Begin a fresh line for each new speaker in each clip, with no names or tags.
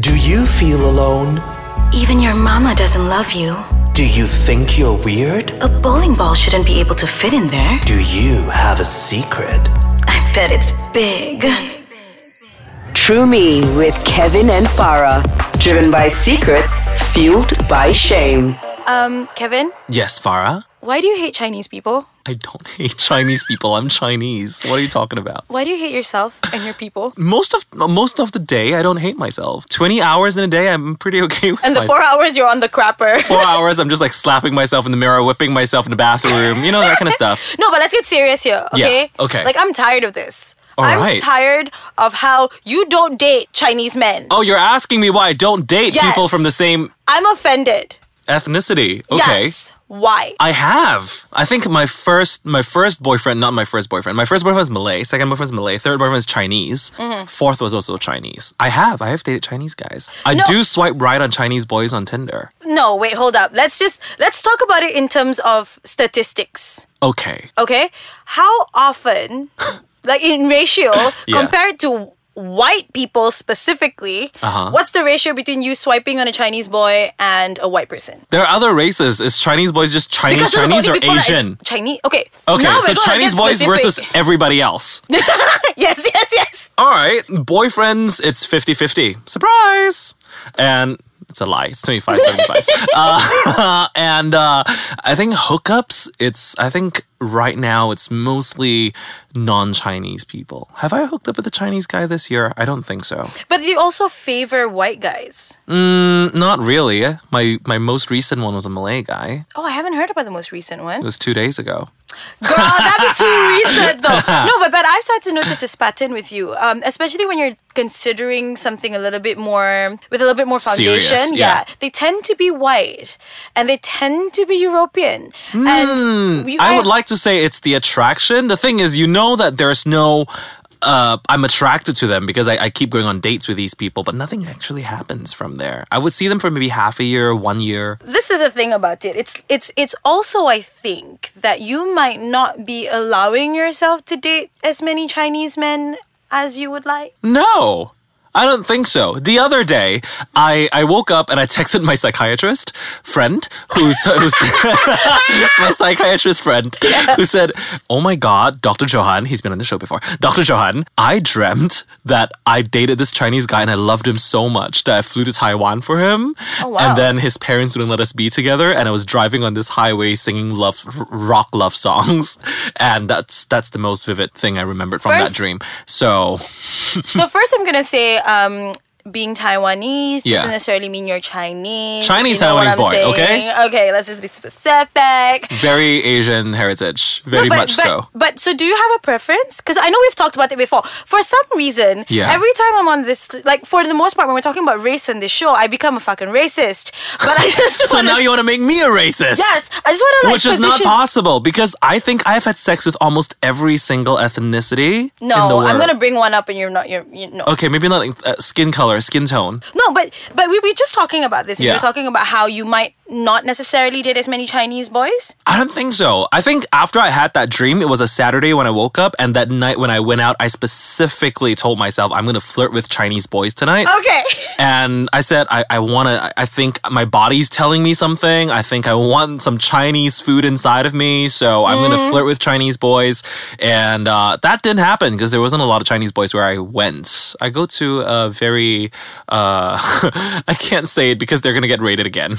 Do you feel alone?
Even your mama doesn't love you.
Do you think you're weird?
A bowling ball shouldn't be able to fit in there.
Do you have a secret?
I bet it's big.
True Me with Kevin and Farah. Driven by secrets, fueled by shame.
Um, Kevin,
Yes, Farah.
why do you hate Chinese people?
I don't hate Chinese people. I'm Chinese. What are you talking about?
Why do you hate yourself and your people?
Most of most of the day, I don't hate myself. Twenty hours in a day, I'm pretty okay with.
And the four
myself.
hours you're on the crapper.
Four hours, I'm just like slapping myself in the mirror, whipping myself in the bathroom, you know that kind of stuff.
No, but let's get serious here,
Yeah,
okay?
okay.
Like, I'm tired of this.
All
I'm
right.
tired of how you don't date Chinese men.
Oh, you're asking me why I don't date
Yes.
people from the same
I'm offended.
ethnicity? Okay.
Yes. Why?
I have. I think my first my first boyfriend, not my first boyfriend. My first boyfriend was Malay. Second boyfriend was Malay. Third boyfriend was Chinese.
Mm-hmm.
Fourth was also Chinese. I have. I have dated Chinese guys. I
No.
do swipe right on Chinese boys on Tinder.
no, wait, hold up. Let's just let's talk about it in terms of statistics,
Okay.
okay? How often like in ratio
Yeah.
compared to white people specifically,
Uh-huh.
what's the ratio between you swiping on a Chinese boy and a white person?
There are other races. Is Chinese boys just Chinese
those are the
Chinese or
only people that is
Asian?
Chinese. Okay.
Okay,
now
so
we're gonna
Chinese
get
boys
specific.
versus everybody else.
yes, yes, yes.
All right, boyfriends, it's 50 50. Surprise! And it's a lie, it's 25 75. uh, and uh, I think hookups, it's, I think right now it's mostly non Chinese people. Have I hooked up with a Chinese guy this year? I don't think so.
But you also favor white guys.
N- Not really. My, my most recent one was a Malay guy,
Oh, I haven't heard about the most recent one.
it
Girl,
was two days ago.
that'd be too recent though. No, but but I've started to notice this pattern with you, um, especially when you're considering something a little bit more with a little bit more foundation.
Serious, yeah.
they tend to be white, and they tend to be European. and you-
Hmm, I would like to say it's the attraction. The thing is, you know that there's no. Uh, I'm attracted to them because I, I keep going on dates with these people, but nothing actually happens from there. I would see them for maybe half a year, one year.
this is the thing about it. It's it's it's also I think that you might not be allowing yourself to date as many Chinese men as you would like.
No, I don't think so. The other day, I, I woke up and I texted my psychiatrist friend, who's, who's my psychiatrist friend, who said, "Oh my God, Dr. Johan, he's been on the show before. Dr. Johan, I dreamt that I dated this Chinese guy and I loved him so much that I flew to Taiwan for him,
Oh, wow.
and then his parents wouldn't let us be together, and I was driving on this highway singing love r- rock love songs, and that's that's the most vivid thing I remembered from
First-
that dream. So."
so first, I'm gonna say. um being Taiwanese
Yeah.
doesn't necessarily mean you're Chinese. if
Chinese
you know what
Taiwanese
I'm
boy,
saying.
okay?
Okay, let's just be specific.
very Asian heritage,
No,
very
but,
much
but,
so.
But so, do you have a preference? Because I know we've talked about it before. For some reason,
Yeah.
every time I'm on this, like for the most part, when we're talking about race on this show, I become a fucking racist. But I just
So
wanna
now you want to make me a racist?
Yes, I just want to like
Which is not
position-
possible because I think I've had sex with almost every single ethnicity. in the
No,
world.
I'm gonna bring one up, and you're not. You're, you no,
Okay, maybe not like, uh, skin color, skin tone.
no, but but we were just talking about this. and We
Yeah.
were talking about how you might not necessarily date as many Chinese boys.
I don't think so. I think after I had that dream, it was a Saturday when I woke up, and that night when I went out, I specifically told myself I'm gonna flirt with Chinese boys tonight.
Okay.
and I said, I, I want to, I think my body's telling me something. I think I want some Chinese food inside of me. So I'm going to flirt with Chinese boys. And uh, that didn't happen because there wasn't a lot of Chinese boys where I went. I go to a very, uh, I can't say it because they're going to get rated again.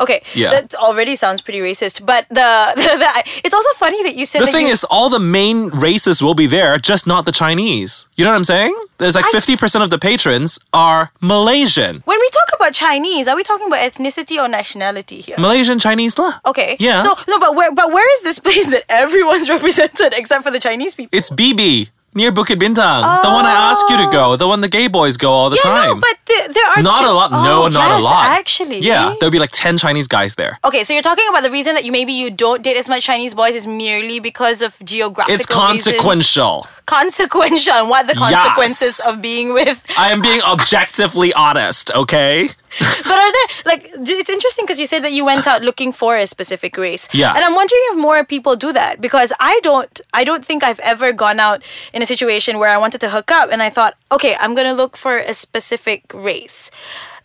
Okay.
Yeah.
That already sounds pretty racist. But the, the, it's also funny that you said
The
that
thing
you-
is, all the main races will be there, just not the Chinese. You know what I'm saying? There's like 50% of the patrons are Malaysian.
when we talk about Chinese, are we talking about ethnicity or nationality here?
Malaysian Chinese lah.
Okay.
Yeah.
So no, but where but where is this place that everyone's represented except for the Chinese people?
It's BB near Bukit Bintang. The one I ask you to go. The one the gay boys go all the
yeah,
time.
no, but the- there are
not
Chi-
a lot.
Oh,
no, not
yes,
a lot.
Actually,
yeah, there'll be like ten Chinese guys there.
Okay, so you're talking about the reason that you maybe you don't date as much Chinese boys is merely because of geographical
It's
reasons.
consequential.
consequential and what the
Yes.
consequences of being with
I am being objectively honest. Okay.
But are there like d- it's interesting because you said that you went out looking for a specific race.
Yeah.
And I'm wondering if more people do that because I don't I don't think I've ever gone out in a situation where I wanted to hook up and I thought, "Okay, I'm going to look for a specific race."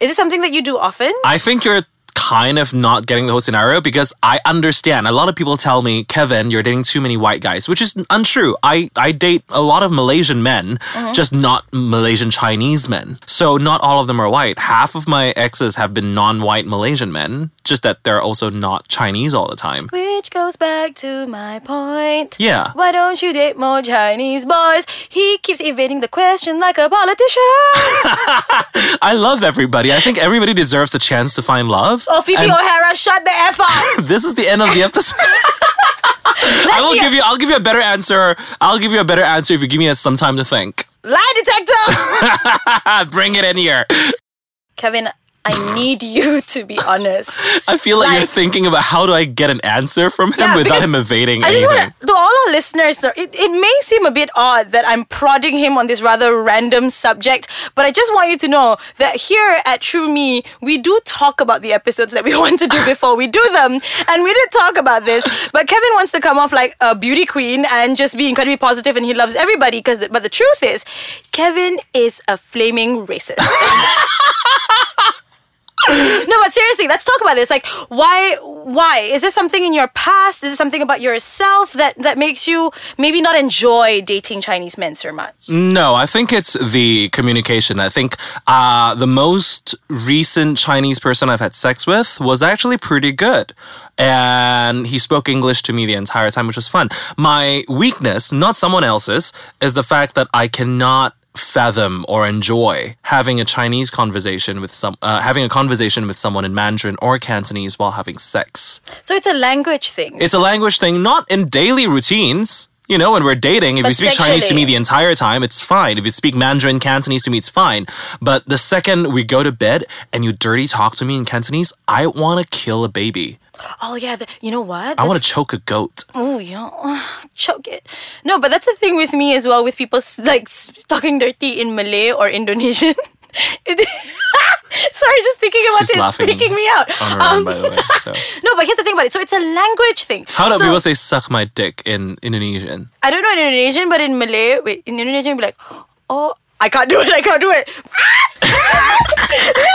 Is it something that you do often?
I think you're kind of not getting the whole scenario because I understand. A lot of people tell me, Kevin, you're dating too many white guys, which is untrue. I, I date a lot of Malaysian men,
Uh-huh.
just not Malaysian Chinese men. So not all of them are white. Half of my exes have been non white Malaysian men, just that they're also not Chinese all the time.
Which goes back to my point.
Yeah.
Why don't you date more Chinese boys? He keeps evading the question like a politician.
I love everybody. I think everybody deserves a chance to find love.
oh, Fifi
And
O'Hara, shut the F up.
this is the end of the episode. I will
be-
give you. I'll give you a better answer. I'll give you a better answer if you give me a, some time to think.
Lie detector.
Ah, bring it in here.
Kevin, I need you to be honest.
I feel like, you're
Like-
thinking about how do I get an answer from him
Yeah,
without
because
him evading
I just
anything.
want to, to all our listeners, though, it, it may seem a bit odd that I'm prodding him on this rather random subject, but I just want you to know that here at True Me, we do talk about the episodes that we want to do before we do them. And we did talk about this, but Kevin wants to come off like a beauty queen and just be incredibly positive and he loves everybody. Because, But the truth is, Kevin is a flaming racist. No, but seriously, let's talk about this. Like, why? Why is this something in your past? Is it something about yourself that that makes you maybe not enjoy dating Chinese men so much?
No, I think it's the communication. I think uh, the most recent Chinese person I've had sex with was actually pretty good. And he spoke English to me the entire time, which was fun. My weakness, not someone else's, is the fact that I cannot fathom or enjoy having a Chinese conversation with some uh, having a conversation with someone in Mandarin or Cantonese while having sex.
So it's a language thing.
It's a language thing, not in daily routines. You know, when we're dating, if
But
you speak Chinese to
sexually.
me the entire time, it's fine. If you speak Mandarin, Cantonese to me, it's fine. But the second we go to bed and you dirty talk to me in Cantonese, I want to kill a baby.
oh yeah, the, you know what?
I want to choke a goat.
Oh yeah, choke it. No, but that's the thing with me as well. With people s- like s- talking dirty in Malay or Indonesian. It- Sorry, just thinking about
She's
it, it's
laughing
freaking me out. Um,
On her own, by the way. So.
no, but here's the thing about it. So it's a language thing.
How do
so,
people say "suck my dick" in Indonesian?
I don't know in Indonesian, but in Malay, wait, in Indonesian, it'd be like, oh, I can't do it, I can't do it. no!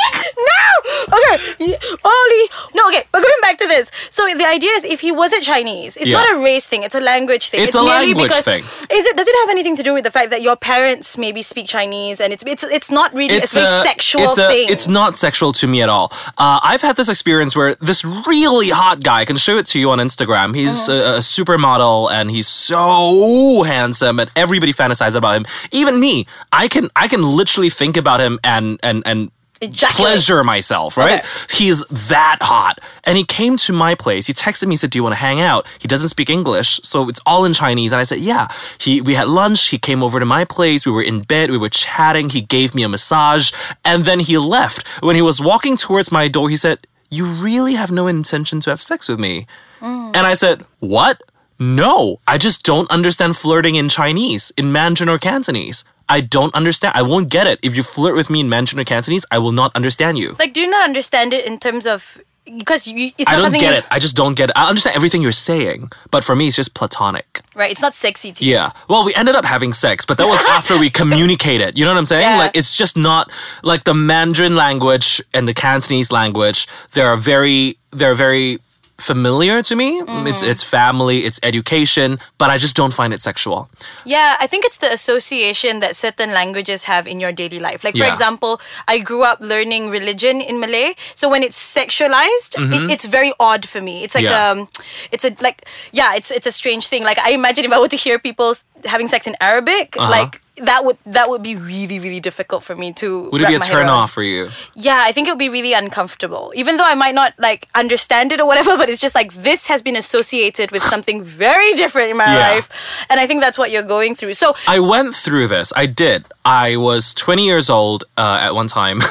Okay, Oli. No, okay, but going back to this. So the idea is if he wasn't Chinese, it's
Yeah.
not a race thing, it's a language thing.
It's a
merely
language
because,
thing.
Is it, does it have anything to do with the fact that your parents maybe speak Chinese and it's it's, it's not really it's a, very sexual
it's a-
thing?
It's not sexual to me at all. Uh, I've had this experience where this really hot guy I can show it to you on Instagram. He's
Uh-huh.
a, a supermodel and he's so handsome, and everybody fantasizes about him. Even me, I can I can literally think about him and and and.
Ejaculate.
Pleasure myself, right? He's that hot. And he came to my place. He texted me, said, Do you want to hang out? He doesn't speak English, so it's all in Chinese. And I said, Yeah. He we had lunch, he came over to my place, we were in bed, we were chatting, he gave me a massage, and then he left. When he was walking towards my door, he said, You really have no intention to have sex with me. And I said, What? No, I just don't understand flirting in Chinese, in Mandarin or Cantonese. I don't understand. I won't get it. If you flirt with me in Mandarin or Cantonese, I will not understand you.
like, do you not understand it in terms of. Because you, it's
I
not
don't
something
get
you-
it. I just don't get it. I understand everything you're saying, but for me, it's just platonic.
right? It's not sexy to you.
Yeah. Well, we ended up having sex, but that was after we communicated. You know what I'm saying?
Yeah.
Like, it's just not like the Mandarin language and the Cantonese language. They're very, they're very familiar to me. It's
Mm-hmm.
it's family, it's education, but I just don't find it sexual.
Yeah, I think it's the association that certain languages have in your daily life. Like, for
Yeah.
example, I grew up learning religion in Malay, so when it's sexualized, it, it's very odd for me. It's like
Mm-hmm. Yeah.
um, it's a like yeah, it's it's a strange thing. Like I imagine if I were to hear people s- having sex in Arabic,
Uh-huh.
like that would that would be really really difficult for me to.
Would it
wrap
be a
my head around.
turn off for you?
Yeah, I think it would be really uncomfortable. Even though I might not like understand it or whatever, but it's just like this has been associated with something very different in my
Yeah.
life. And I think that's what you're going through. So
I went through this. I did. I was 20 years old uh, at one time.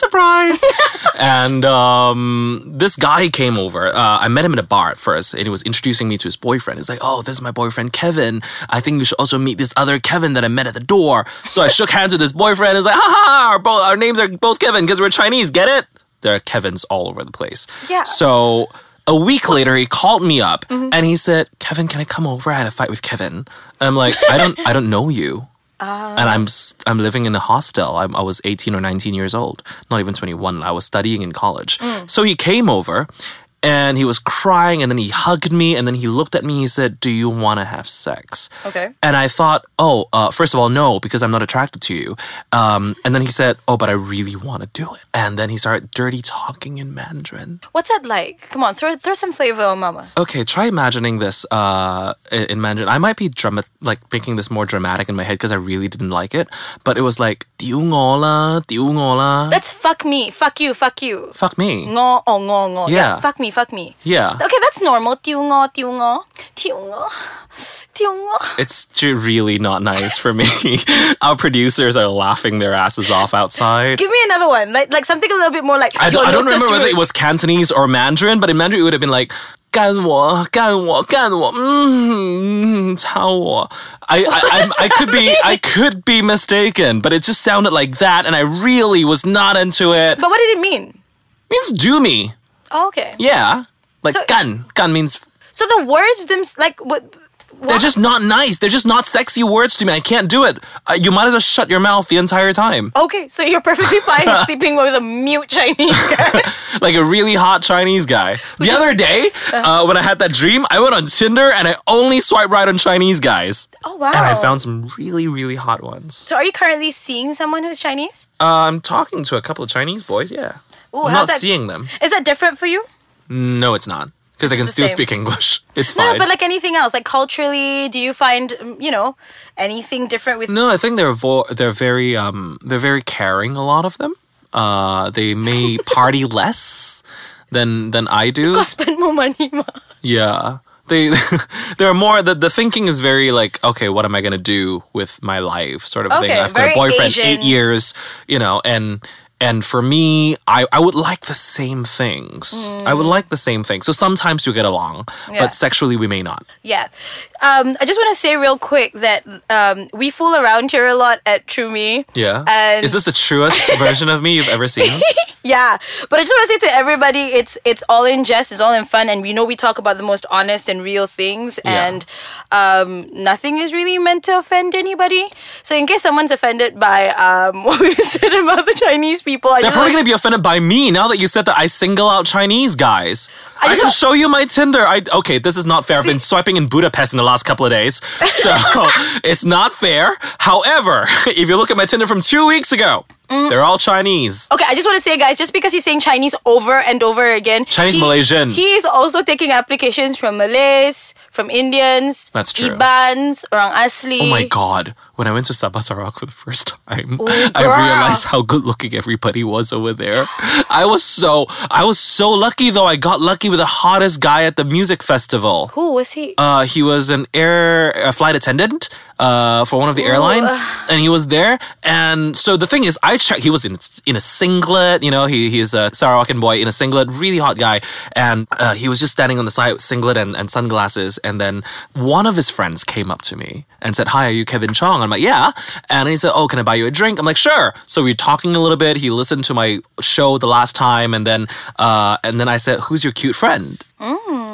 Surprise! and uh, um, this guy came over. Uh, I met him at a bar at first, and he was introducing me to his boyfriend. He's like, "Oh, this is my boyfriend Kevin. I think you should also meet this other Kevin that I met at the door." So I shook hands with his boyfriend. It's like, "Ha ha! Our, bo- our names are both Kevin because we're Chinese. Get it?" There are Kevins all over the place.
Yeah.
So a week later, he called me up and he said, "Kevin, can I come over? I had a fight with Kevin." And I'm like, "I don't, I don't know you." and I'm s- I'm living in a hostel. I'm, I was 18 or 19 years old, not even 21. I was studying in college. So he came over, and he was crying, and then he hugged me, and then he looked at me. He said, "Do you want to have sex?"
Okay.
And I thought, oh, uh, first of all, no, because I'm not attracted to you. Um, and then he said, oh, but I really want to do it. And then he started dirty talking in Mandarin.
What's that like? Come on, throw throw some flavor on Mama.
Okay, try imagining this uh, in in Mandarin. I might be drama- like making this more dramatic in my head because I really didn't like it, but it was like "丢我啦,丢我啦."
That's fuck me, fuck you, fuck you.
Fuck me.
Ngo oh ngo ngo.
Yeah.
Fuck me, fuck me.
Yeah,
Okay, that's normal. Tiu ngo, tiu ngo, tiu ngo, tiu ngo.
it's ju- really not nice for me. Our producers are laughing their asses off outside.
Give me another one, like like something a little bit more like.
I don't,
your
I don't
notes are
remember whether
screwed.
it was Cantonese or Mandarin, but in Mandarin it would have been like. 干我，干我，干我，嗯，操我。I, I, I, I could be, I could be mistaken, but it just sounded like that, and I really was not into it.
But what did it mean?
means do me,
Oh, okay.
yeah. Like
So it's-
gan, gan means
So the words them like what?
they're just not nice. They're just not sexy words to me. I can't do it. Uh, you might as well shut your mouth the entire time.
Okay, so you're perfectly fine sleeping with a mute Chinese guy.
like a really hot Chinese guy. The other day,
Uh-huh.
uh, when I had that dream, I went on Tinder and I only swipe right on Chinese guys.
Oh wow!
And I found some really, really hot ones.
So are you currently seeing someone who's Chinese?
Uh, I'm talking to a couple of Chinese boys, yeah.
Ooh,
I'm
how's
not
that-
seeing them.
Is that different for you?
No, it's not. Because they can
the
still
same.
speak English. It's
No,
fine.
no, but like anything else, like culturally, do you find mm, you know anything different with?
No, I think they're vo- they're very um they're very caring. A lot of them. Uh, they may party less than than I do.
Spend more money. ma.
Yeah. They they're more the, the thinking is very like, okay, what am I gonna do with my life sort of thing.
Okay,
I've got a
very
boyfriend
Asian.
eight years, you know, and and for me, I, I would like the same things. I would like the same things. So sometimes we get along,
Mm. Yeah.
but sexually we may not.
Yeah. Um, I just want to say real quick that um, we fool around here a lot at True Me.
Yeah.
And
is this the truest version of me you've ever seen?
yeah. But I just want to say to everybody, it's it's all in jest, it's all in fun, and we know we talk about the most honest and real things,
Yeah.
and um, nothing is really meant to offend anybody. So in case someone's offended by um, what we said about the Chinese people, I
They're
just
probably
want-
gonna be offended by me now that you said that I single out Chinese guys. I,
just
can
want-
show you my Tinder. I okay, this is not fair. I've been swiping in Budapest in the last couple of days, so it's not fair. However, if you look at my Tinder from two weeks ago,
Mm.
they're all Chinese.
Okay, I just want to say, guys, just because he's saying Chinese over and over again,
Chinese,
he-
Malaysian.
He is also taking applications from Malays, from Indians,
That's true.
Ibans, orang asli.
Oh my god! When I went to Sabah Sarawak for the first time, I
Oh, bruh.
realized how good looking everybody was over there. I was so I was so lucky though. I got lucky with the hottest guy at the music festival.
Who was he?
Uh, he was an air a flight attendant uh, for one of the airlines, and he was there. And so the thing is, I checked. He was in in a singlet. You know, he he's a Sarawakan boy in a singlet, really hot guy. And uh, he was just standing on the side, with singlet and, and sunglasses. And then one of his friends came up to me and said, "Hi, are you Kevin Chong?" I'm like, "Yeah." And he said, "Oh, can I buy you a drink?" I'm like, "Sure." So we were talking a little bit. He listened to my show the last time, and then uh, and then I said, "Who's your cute friend?"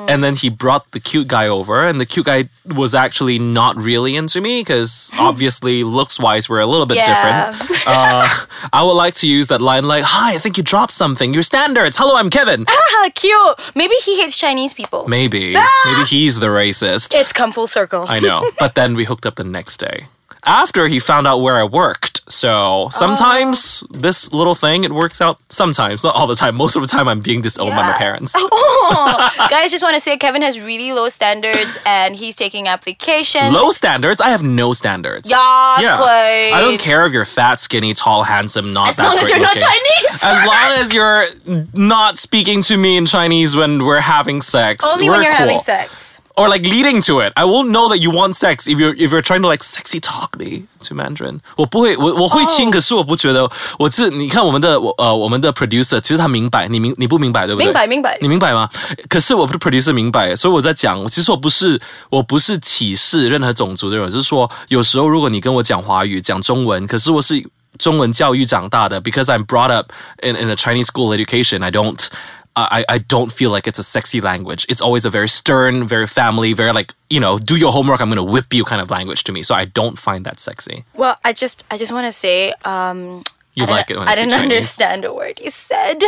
And then he brought the cute guy over, and the cute guy was actually not really into me because obviously, looks wise, we're a little bit
Yeah.
different. Uh, I would like to use that line like, Hi, I think you dropped something. Your standards. Hello, I'm Kevin.
Ah, cute. Maybe he hates Chinese people.
Maybe. Maybe he's the racist.
It's come full circle.
I know. But then we hooked up the next day after he found out where I worked. So sometimes this little thing, it works out sometimes, not all the time. Most of the time, I'm being disowned by my parents.
Oh, guys, just want to say Kevin has really low standards and he's taking applications.
Low standards? I have no standards.
Yeah, quite.
I don't care if you're fat, skinny, tall, handsome, not
As
that
long as
great
you're not
looking.
Chinese.
As long as you're not speaking to me in Chinese when we're having sex,
Only
we're
when you're
cool.
having sex.
or like leading to it. I won't know that you want sex if you're if you're trying to like sexy talk me to Mandarin.
Oh.
我不会，我我会听可是我不觉得。我这你看我们的我呃我们的 producer，其实他明白，你明你不明白对不对？
明白，明白。
你明白吗？可是我的 producer 明白，所以我在讲，其实我不是我不是歧视任何种族的人，只是说有时候如果你跟我讲华语、讲中文，可是我是。中文教育长大的，because I'm brought up in, in a Chinese school education. I don't, I, I I don't feel like it's a sexy language. It's always a very stern, very family, very like you know, do your homework. I'm gonna whip you kind of language to me. So I don't find that sexy.
Well, I just I just want to say um
You
I don't-
like it when I
I
speak
didn't
Chinese.
understand a word you said,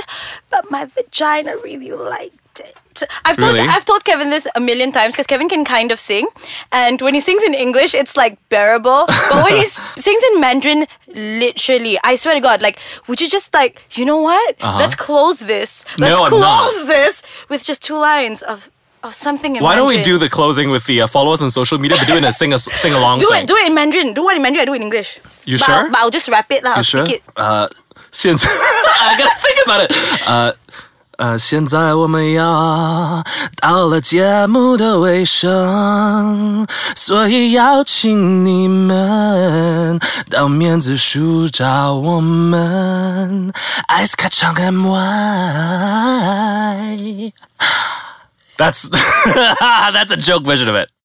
but my vagina really liked it. I've told
Really?
I've told Kevin this a million times because Kevin can kind of sing, and when he sings in English, it's like bearable. But when he s- sings in Mandarin, literally, I swear to God, like, would you just like, you know what? Let's close this. Let's
Uh-huh. No, I'm not.
close this with just two lines of of something. In
Why don't we
Mandarin.
do the closing with the uh, follow us on social media, but doing a sing a sing along?
Do it, do it in Mandarin. Do what in Mandarin, I do it in English.
You
but
sure?
I'll, but I'll just wrap it. lah. I'll
You sure?
speak it.
Uh, 现在 I gotta think about it. Uh, 呃，现在我们要到了节目的尾声，所以邀请你们当面子数着我们，ice 卡场 my。That's that's a joke version of it.